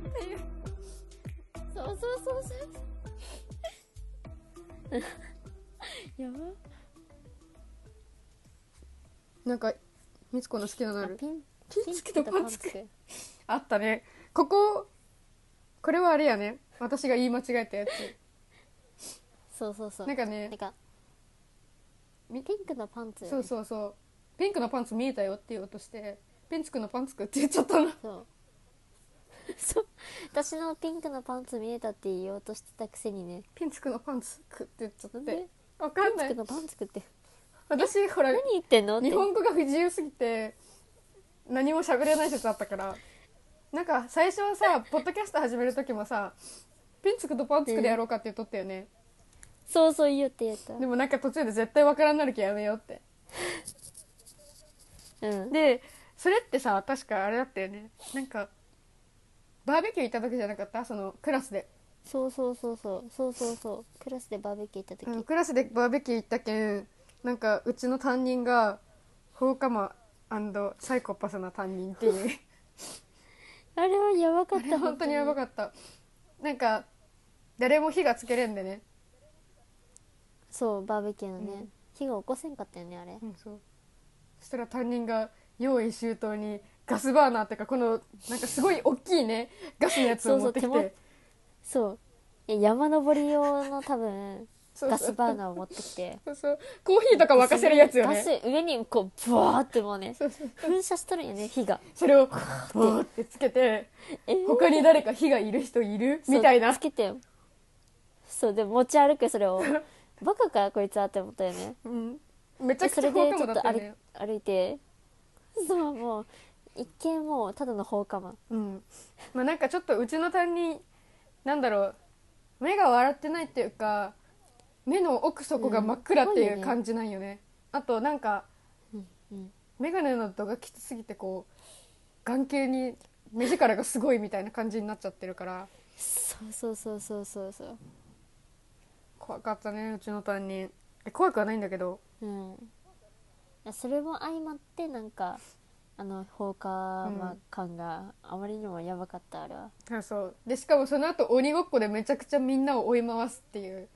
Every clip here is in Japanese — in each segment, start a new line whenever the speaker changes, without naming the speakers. やば
なんかみつこの好きなのあ
あ
る
ピン
ピンつけとパンつけ
け
あったねこここれはあれやね私が言い間違えたやつ
そうそうそう
なんか
なん
ね
か
み
ピンクのパンツ
そうそうそうピンクのパンツ見えたよって言おうとしてピンツクのパンツクって言っちゃったの
そうそう 私のピンクのパンツ見えたって言おうとしてたくせにね
ピンツクのパンツクって言っちゃっ
なんで
てわかん
ピン
な
ク
い
のパンツくって
私ほら
何言ってんのって
日本語が不自由すぎて何も喋れない説あったからなんか最初はさポッドキャスト始める時もさピンツクとパンツクでやろうかって言っとったよね、
そうそう言うってやった
でもなんか途中で絶対わからんなる気やめようって
うん
でそれってさ確かあれだったよねなんかバーベキュー行った時じゃなかったそのクラスで、
そうそうそうそうそうそうそうクラスでバーベキュー行った時、
うんクラスでバーベキュー行ったけんなんかうちの担任が放火魔サイコパスな担任っていう
あれはやばかっ
あれ
た
本当にやば
っ
かったなんか誰も火がつけれんでね、
たそうバーベキューのね、
うん
火が起こせんかったよねあれ
うんそうそしたら担任が用意周到にガスバーナーっていうかこのなんかすごい大きいねガスのやつを持ってきて
そうそうそうえ山登り用の多分
そう
ガスバー
ー
ナーを持ってきて
そうそうコーヒーとか沸かせるやつよ
ガ
ね
ス上にこうブワーってもうね
そうそう
噴射しとるよね火が
それをボーってつけて
えー
他に誰か火がいる人いるみたい
そ
な
うつけてそうで持ち歩くそれを バカかこいつはって思ったよね
うんめちゃ
で
くちゃ
それで
放
ち
課
ょ
後
っ
だっ
と
たよ
歩,、
ね
歩いてそうもう一見もうただの放火魔
うんまあなんかちょっとうちの担任なんだろう目が笑ってないっていうか目の奥底が真っ暗っていう感じなんよね,、あとなんか
うんうん
眼鏡の度がきつすぎてこう眼球に目力がすごいみたいな感じになっちゃってるから
そうそうそうそうそうそう
怖かったねうちの担任え怖くはないんだけど
うんそれも相まってなんかあの放火魔感があまりにもやばかったあれは、
そうそうでしかもその後鬼ごっこでめちゃくちゃみんなを追い回すっていう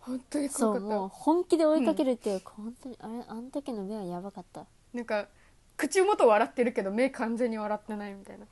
本当に
そ
怖
う
か
もう
っ
本気で追いかけるっていう、本当にあれあの時の目はやばかった
たなんか口元笑ってるけど目完全に笑ってないみたいな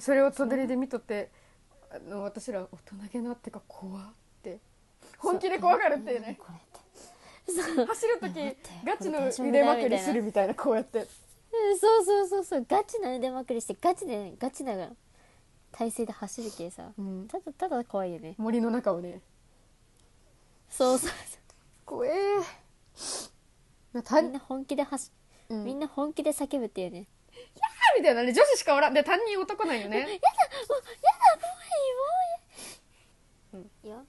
それを隣で見とってあの私ら大人げなってか怖って本気で怖がるっていうね
そうえこれって
走る時
いや待って
ガチ
これ大丈夫
の
だ
腕まく
みたい
り
な
するみたいなこうやって
うんそうそうそうそうガチな腕まくりしてガチでガチな体勢で走る系さ
うん
ただただ怖いよね
森の中をね
そうそう
怖え
そう
担
みんな本気で走
うん
みんな本気で叫ぶっていうね
あみたいなね女子しかおらんで担任男なんよね
いや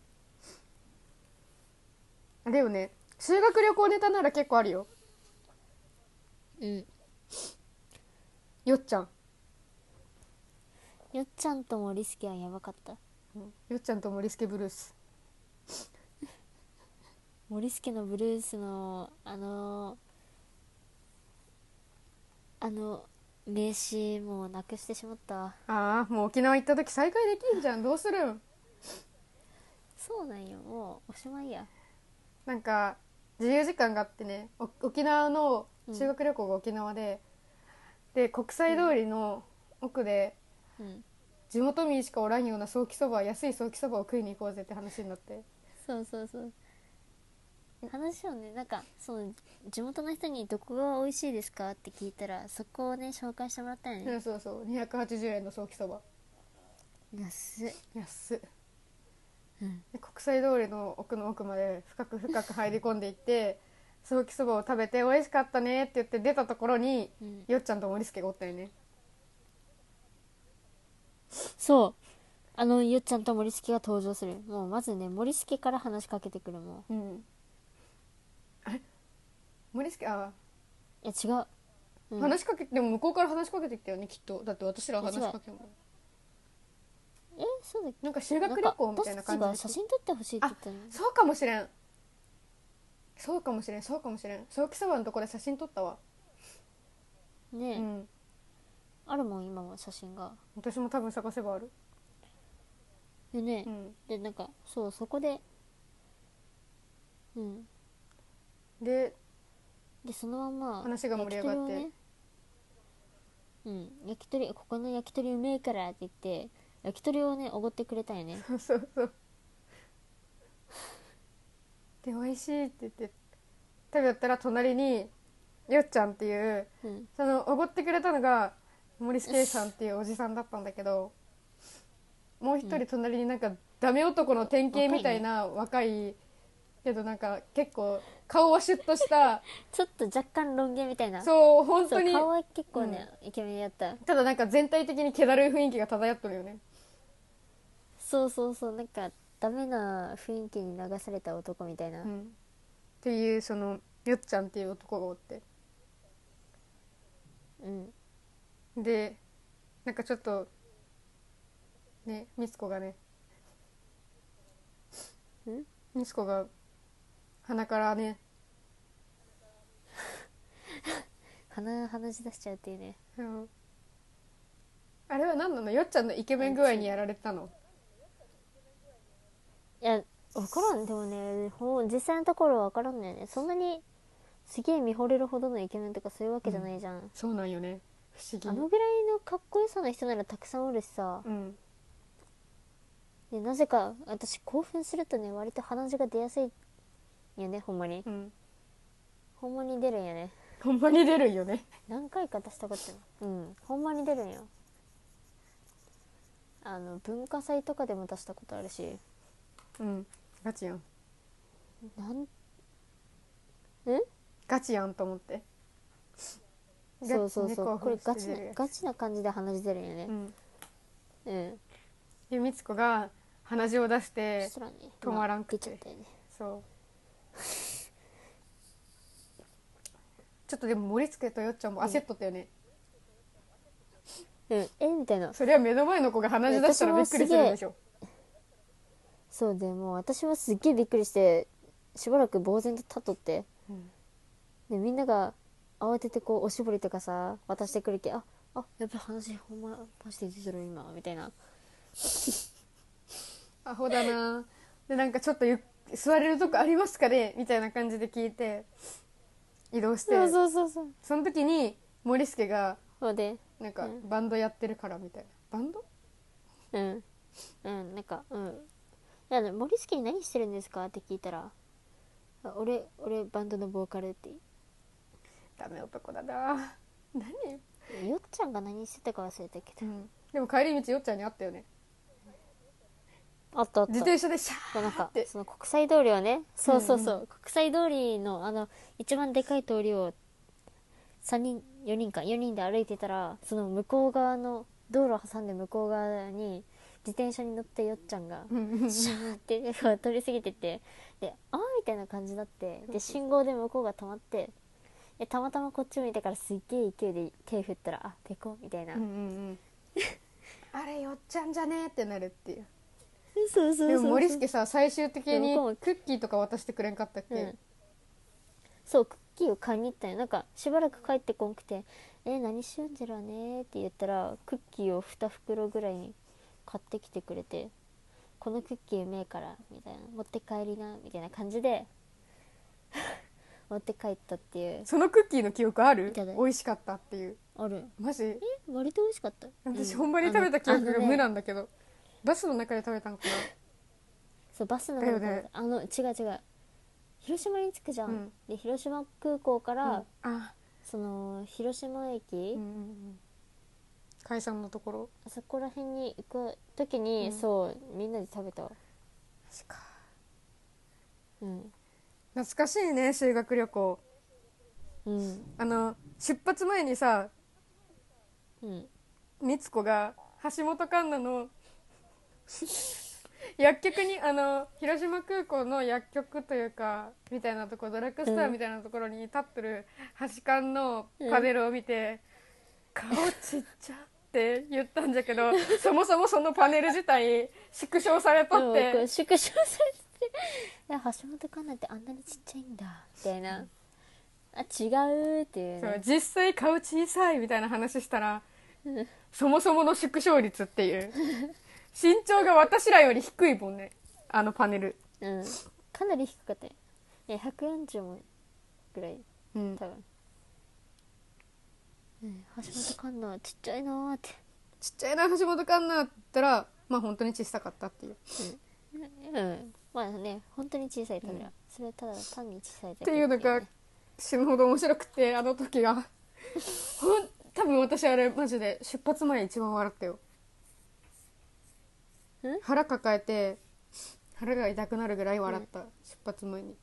でもね修学旅行ネタなら結構あるよ
うん
よっちゃん
よっちゃんともリスケはやばかった
よっちゃんと森助ブルース
森助のブルースのあのあの名刺もうなくしてしまった
ああもう沖縄行った時再会できんじゃんどうするん
そうなんよもうおしまいや
なんか自由時間があってねお沖縄の
うん
修学旅行が沖縄で、で国際通りの奥で
うん
地元民しかおらんような早期そば安い早期そばを食いに行こうぜって話になって
そうそうそう話をねなんかそう地元の人に「どこが美味しいですか?」って聞いたらそこをね紹介してもらったよ
う
ね
ん、そうそう280円の早期そば
安っ
安っ
うん
で国際通りの奥の奥まで深く深く入り込んでいって 早期そばを食べて「美味しかったね」って言って出たところに
うん
よっちゃんと森助がおったよね
そうあのよっちゃんと森助が登場するもうまずね森助から話しかけてくるも
うんあれ森助あ、
ういや違う、うん、
話しかけても向こうから話しかけてきたよねきっとだって私ら話しかけも
えそうだっけ
なんか修学旅行みたいな
なんか
感じ
私たちが写
で
真撮ってほしいって言ったの
そうかもしれんそうかもしれんそうかもしれん早期そばのところで写真撮ったわ
ねえ、
うん
あるもん今も写真が
私も多分探せばある
でね、
うん
でなんかそうそこでうん
で
でそのまま
話が盛り上がって
焼き鳥をねうん焼き鳥ここの焼き鳥うめえからって言って焼き鳥をねおごってくれたよね
そうそうそうで美味しいって言って食べたら隣によっちゃんっていう
うん
そのおごってくれたのが森助さんっていうおじさんだったんだけどもう一人隣になんかダメ男の典型みたいな若いけどなんか結構顔はシュッとした
ちょっと若干ロン毛みたいな
そう本当
そう
に
顔は結構ね、イケメンやった
ただなんか全体的に気だるい雰囲気が漂っとるよね
そうそうそうなんかダメな雰囲気に流された男みたいな、
うんっていうそのよっちゃんっていう男がおって
うん、
でなんかちょっとねみつこがね
ん
みつこが鼻からね
鼻鼻血出しちゃうっていうね
あのあれは何なのよっちゃんのイケメン具合にやられたの
いや分からんでもねほん実際のところは分からんのよねそんなにすげえ見惚れるほどのイケメンとかそういうわけじゃないじゃん、
そうなんよね不思議
あのぐらいのかっこよさの人ならたくさんおるしさ、
うん
でなぜか私興奮するとね割と鼻血が出やすいんよねほんまに
うん
ほんまに出るんよね
ほんまに出るよね
何回か出したかったようんほんまに出るんよあの文化祭とかでも出したことあるし
うんガチやん
なん
ガチやんと思って
そうそうそ
ガチ
うこ
ね
れガ
興奮し
チ
て
な
出る
ガチな感じで鼻血出るんよね
うん
うん
でみつこが鼻血を出し
そ
て
したらね
止まらんく
出
て
ちゃったよね
そう ちょっとでも盛り付けとよっちゃんも焦っとったよね、
うんえみたいな
そりゃ目の前の子が鼻血出したらびっくりするでしょ
そうでもう私はすっげえびっくりしてしばらく呆然と立っとって
うん
でみんなが慌ててこうおしぼりとかさ渡してくるけああやっぱ話ほんまマジで出てる今みたいな
アホだなでなんかちょっとゆっ座れるとこありますかねみたいな感じで聞いて移動して
そう
そ
そうそうそう
の時に森助が
そうで
なんか
うん
バンドやってるからみたいなバンド
うんうんなんかうんいやね森助に何してるんですかって聞いたらあ俺俺バンドのボーカルって
ダメ男だ な何、
よっちゃんが何してたか忘れたけ
う
ど
ん、でも帰り道よっちゃんに会ったよね
あったあった
自転車でシャ
でなん
ーっ
か
て
その国際通りをねそうそうそう、
う
国際通りのあの一番でかい通りを3人4人か4人で歩いてたらその向こう側の道路を挟んで向こう側に自転車に乗ってよっちゃんが
うんうんうん
シャーってこう通り過ぎてってで「あー」みたいな感じになってで信号で向こうが止まってでたまたまこっち向いてからすっげえ勢いで手振ったら「あペコ」みたいな、
うんうんうんあれよっちゃんじゃねえってなるっていう
そうそう
で
そう
も森助さ最終的に
向こうも
クッキーとか渡してくれんかったっけ、
うん、そうクッキーを買いに行ったんよなんかしばらく帰ってこんくて「え何しようんじゃろうね」って言ったらクッキーを2袋ぐらい買ってきてくれて「このクッキーうめえから」みたいな「持って帰りな」みたいな感じで 持って帰ったっていう
そのクッキーの記憶ある
いただい
美味しかったっていう
ある
マジ
え割と美味しかった
私
う
ほんまに食べた記憶
あの
が
ね
無なんだけど、バスの中で食べたんか
そうバスの
だよ
中
ね
であの違う違う広島に着くじゃん、
うん
で広島空港から、
な、うんあ
その広島駅、
うんうんうん解散のところ
あそこら辺に行く時に、
うん
そうみんなで食べた
マジか
うん、
懐かしいね修学旅行
うん
あの出発前にさ
うん、
みつこが橋本環奈の 薬局にあの広島空港の薬局というかみたいなとこドラッグストア
うん
みたいなところに立ってる橋環のパネルを見て「顔ちっちゃ」って言ったんじゃけど そもそもそのパネル自体縮小されとっ
でもこう
て
縮小されてて「いや橋本環奈ってあんなにちっちゃいんだ」みたいな「あ違う」っていう
そう
ね
実際顔小さいみたいな話したらそもそもの縮小率っていう身長が私らより低いもんねあのパネル。
う、ん、かなり低かったよいえ140もぐらい
うん
多分、うん、橋本環奈ちっちゃいなーって
ちっちゃいな橋本環奈だったらまあ本当に小さかったっていう
うんまあね本当に小さい扉、
うん
それはただ単に小さ
っ
いだけ
ていうのが
ね
死ぬほど面白くてあの時がほん多分私あれマジで出発前一番笑ったよ
ん
腹抱えて腹が痛くなるぐらい笑った、出発前に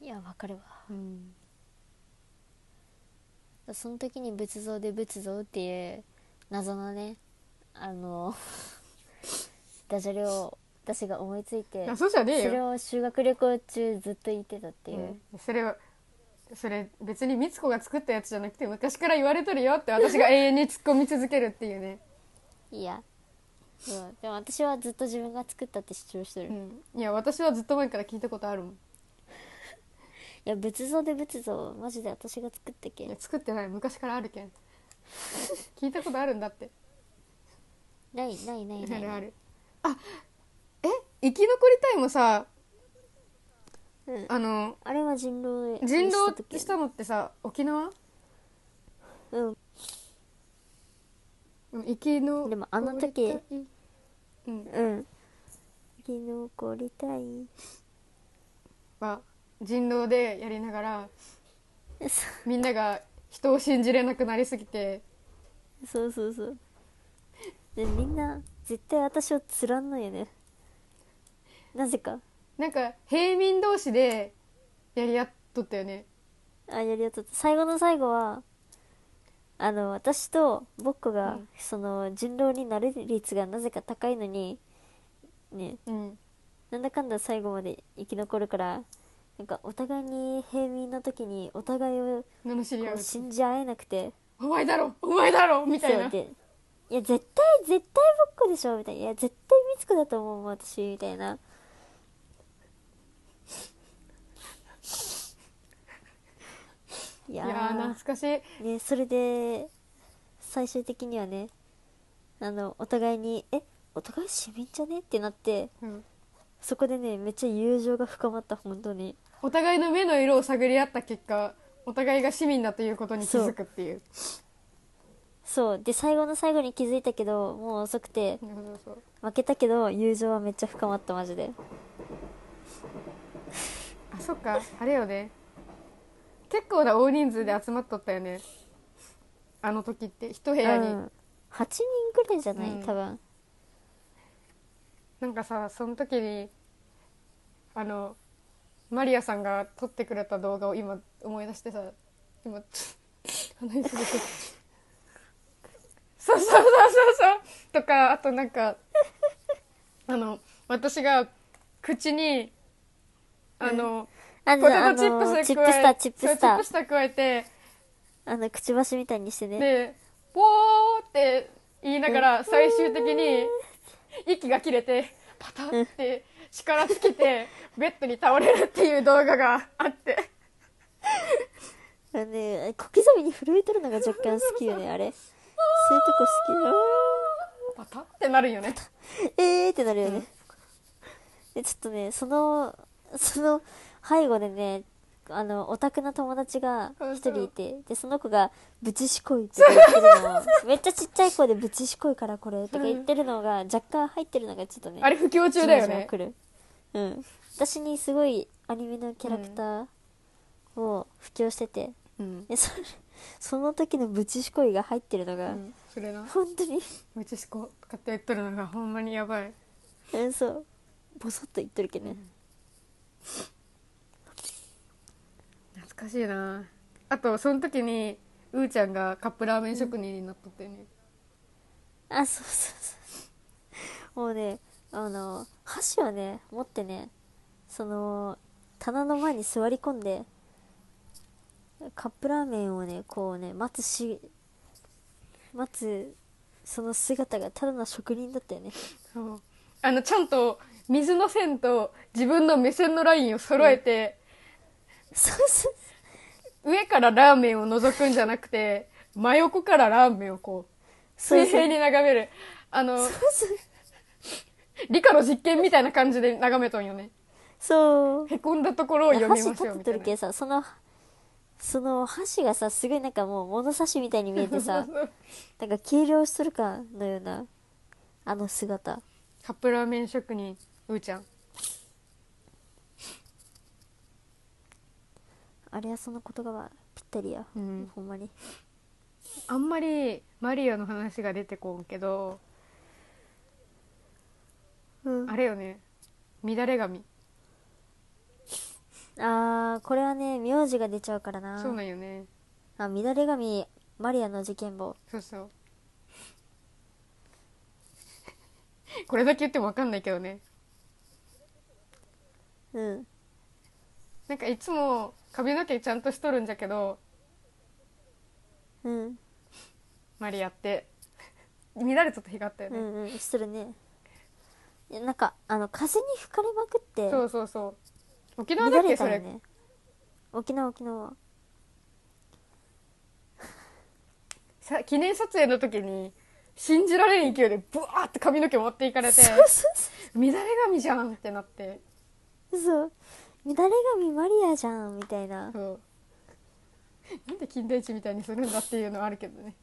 いやわかるわ
うん
その時に仏像で仏像っていう謎のねあの ダジャレを私が思いついて
あそうじゃねえ
それ
よ
を修学旅行中ずっと言ってたっていう、
うんそれはそれ別に美津子が作ったやつじゃなくて昔から言われとるよって私が永遠に突っ込み続けるっていうね、
いやそうでも私はずっと自分が作ったって主張してる、
う
い
ん、いや私はずっと前から聞いたことあるもん
や仏像で仏像マジで私が作ったけ
いや
ん
作ってない昔からあるけん 聞いたことあるんだって
ないないないな
あ
い
る
な
あ
い
るあえ生き残りたいもさ
うん、
あの
あれは人狼に
人
た時
狼したのってさ沖縄
うん
うん生きの
でもあの時
うん
うん生き残りたい
は人狼でやりながら
そ
みんなが人を信じれなくなりすぎて
そうそうそうでみんな絶対私をつらんのよねなぜか
なんか平民同士でやり合っとったよね
あやりやった最後の最後はあの私とボッコ
う
が、
ん
その人狼になる率がなぜか高いのにね
うん
なんだかんだ最後まで生き残るからなんかお互いに平民の時にお互いを
罵り合
こ
う
う信じ合えなくて
お前だろお前だろみたい
そう
な
で「いや絶対絶対ボッコでしょ」みたいな「いや絶対ミツコだと思うもん私」みたいな「いや
い
ー
やー懐かしい
ね、それで最終的にはねあのお互いに「えお互い市民じゃね?」ってなって
うん
そこでねめっちゃ友情が深まった本当に
お互いの目の色を探り合った結果お互いが市民だということに気づくっていう
そうで最後の最後に気づいたけどもう遅くて
そうそうそう
負けたけど友情はめっちゃ深まったマジで
あそっかあれよね結構な大人数で集まっとったよねあの時って一部屋に、
うん、8人ぐらいじゃない、
うん
多分
なんかさその時にあのマリアさんが撮ってくれた動画を今思い出してさ今 鼻にすぐてそうそうそうそうそうとかあとなんかあの私が口にあの、
あ
ポテトチッ
あの
プス
チ
加
ップスタ
え
ーチップ
そう
スタ
チップ
ー
スター加えて
あのくちばしみたいにしてね
でポーって言いながら最終的に息が切れてパタンって力尽きてベッドに倒れるっていう動画があって
あのね小刻みに震えてるのが若干好きよねあれそういうとこ好きよ
パタンってなるよね
えーってなるよね。で、ちょっとね、その、その背後でね、あの、オタクの友達が一人いて、で、その子が、ぶちしこいって言ってるのを、めっちゃちっちゃい声でぶちしこいからこれとか言ってるのが、若干入ってるのがちょっとね、
あれ不況中だよね
来る。うん。私にすごいアニメのキャラクターを布教してて、
うん、
でそれその時のぶちしこいが入ってる
う
のが、
ん、それな
本当に、
メキシコとかって言っとるのがほんまにやばい
うん、そう、ぼそっと言ってるけどね。
懐かしいなあとその時にうーちゃんがカップラーメン職人になっとったよね、
あそうそうそうもうねあの箸をね持ってねその棚の前に座り込んでカップラーメンをねこうね待つし待つその姿がただの職人だったよね
そうあのちゃんと水の線と自分の目線のラインを揃えて、
そうそう
上からラーメンを覗くんじゃなくて、真横からラーメンをこう、
そう
水
そう
平に眺める。あの、
そうそう
理科の実験みたいな感じで眺めとんよね
そう
へこんだところを読み
箸
まし
取
ょ
っ
う
て
みた
と
い
る
な
けどさそのその箸がさすごいなんかもう物差しみたいに見え てさなんか計量しとるかのようなあの姿
カップラーメン職人うーちゃん
あれはその言葉がぴったりや、
うん
ほんまに
あんまりマリアの話が出てこんけど
うん
あれよね乱れ髪
あーこれはね名字が出ちゃうからな
そうなんよね
あ乱れ髪マリアの事件簿
そうそうこれだけ言っても分かんないけどね
うん
なんかいつも髪の毛ちゃんとしとるんじゃけど
うん
マリアって 乱れちょっと日があったよ
う
ね、
んうんしてるねいやなんかあの風に吹かれまくって
そうそうそう沖縄だっ
乱
け
れ
そ
た
れ、
よね沖縄沖縄
さ記念撮影の時に信じられん勢いでブワーって髪の毛持っていかれて
そうそうそう
乱れ髪じゃんってなって
そう乱れ髪マリアじゃんみたいな
そうなんで金田一みたいにするんだっていうのはあるけどね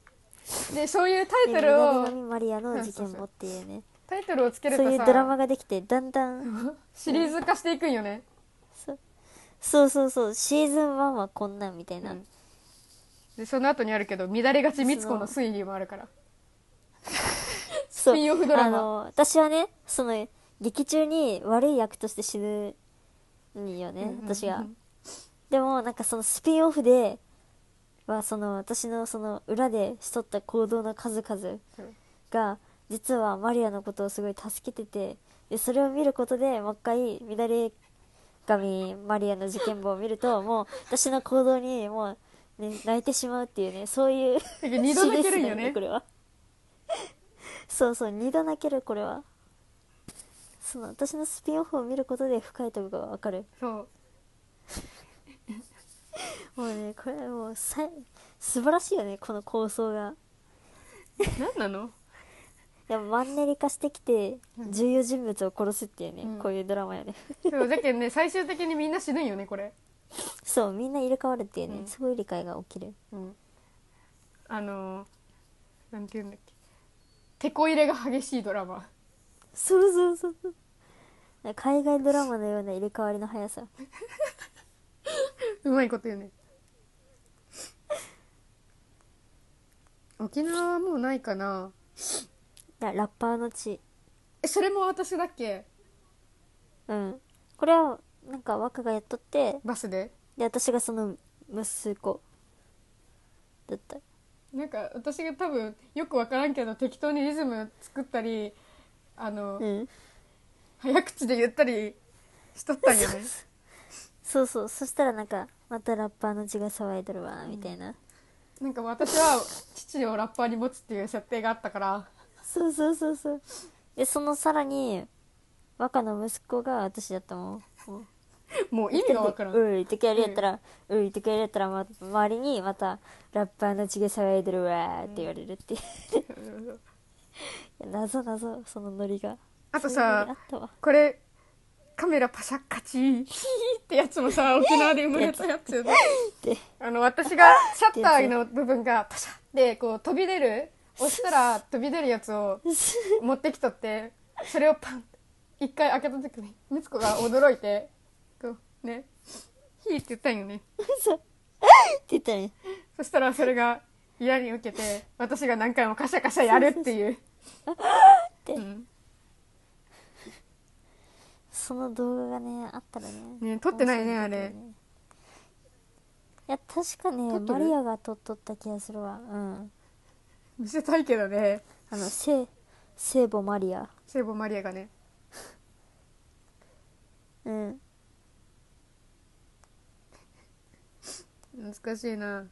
でそういうタイト
乱れ
ルを
髪マリアの事件簿っていうね
タイトルをつける
そう
と
いう
さ
ドラマができてだんだん
シリーズ化していくんよね、
そうそうそうそうシーズン1はこんなんみたいな、
うんでその後にあるけど乱れがちみつこの推理もあるから
そ
ス
う
ピンオフドラマ
あの私はねその劇中に悪い役として死ぬんよね私が、でもなんかそのスピンオフではその私のその裏でしとった行動の数々
うん
が実はマリアのことをすごい助けててでそれを見ることでもう一回乱れ髪マリアの事件簿を見るともう私の行動にもう、ね、泣いてしまうっていうねそういう
だけど二度泣けるんよ
詩です
ね
これはそうそう二度泣けるこれはその私のスピンオフを見ることで深いところがわかる
そう
もうねこれもうさ素晴らしいよねこの構想が
何なの
でもマンネリ化してきて
うん
重要人物を殺すっていうね、
うん
こういうドラマやね
そうだけどね最終的にみんな死ぬんよねこれ、
そうみんな入れ替わるっていうね、
うん
すごい理解が起きる
うん、あのーなんて言うんだっけテこ入れが激しいドラマ
そうそうそうそう海外ドラマのような入れ替わりの速さ
うまいこと言うね沖縄はもうないかな
だラッパーの血
えそれも私だっけ
うんこれはなんか若がやっとって
バスで
で私がその息子だった
なんか私が多分よく分からんけど適当にリズム作ったりあの、
うん
早口で言ったりしとったんよね
そうそうそしたらなんかまたラッパーの血が騒いどるわみたいな、
なんか私は父をラッパーに持つっていう設定があったから
そうそうそうそうでそのさらに若の息子が私だったもん
もう意味が分からん、
うるいときやりやったらうるいときやりやったら、ま、周りにまたラッパーの血が騒いでるわーって言われるっていう、いや謎謎そのノリが
あと
そ
さ
ういうノリあったわ
これカメラパシャッカチーヒーってやつもさ沖縄で生まれたやつよね
で
あの私がシャッターの部分がパシャッてこう飛び出る押したら飛び出るやつを持ってきとってそれをパン一回開けた時に睦子が驚いてこうね「ヒー」って言ったんよね
そうって言ったね
そしたらそれが嫌に受けて私が何回もカシャカシャやるっていう
そうそう
うん
その動画がねあったらね
ね撮ってないね
面白いんだけどねいや確かね
撮ってる
マリアが撮っとった気がするわうん
見せたいけどね
あの聖聖母マリア
聖母マリアがね
うん
難しいな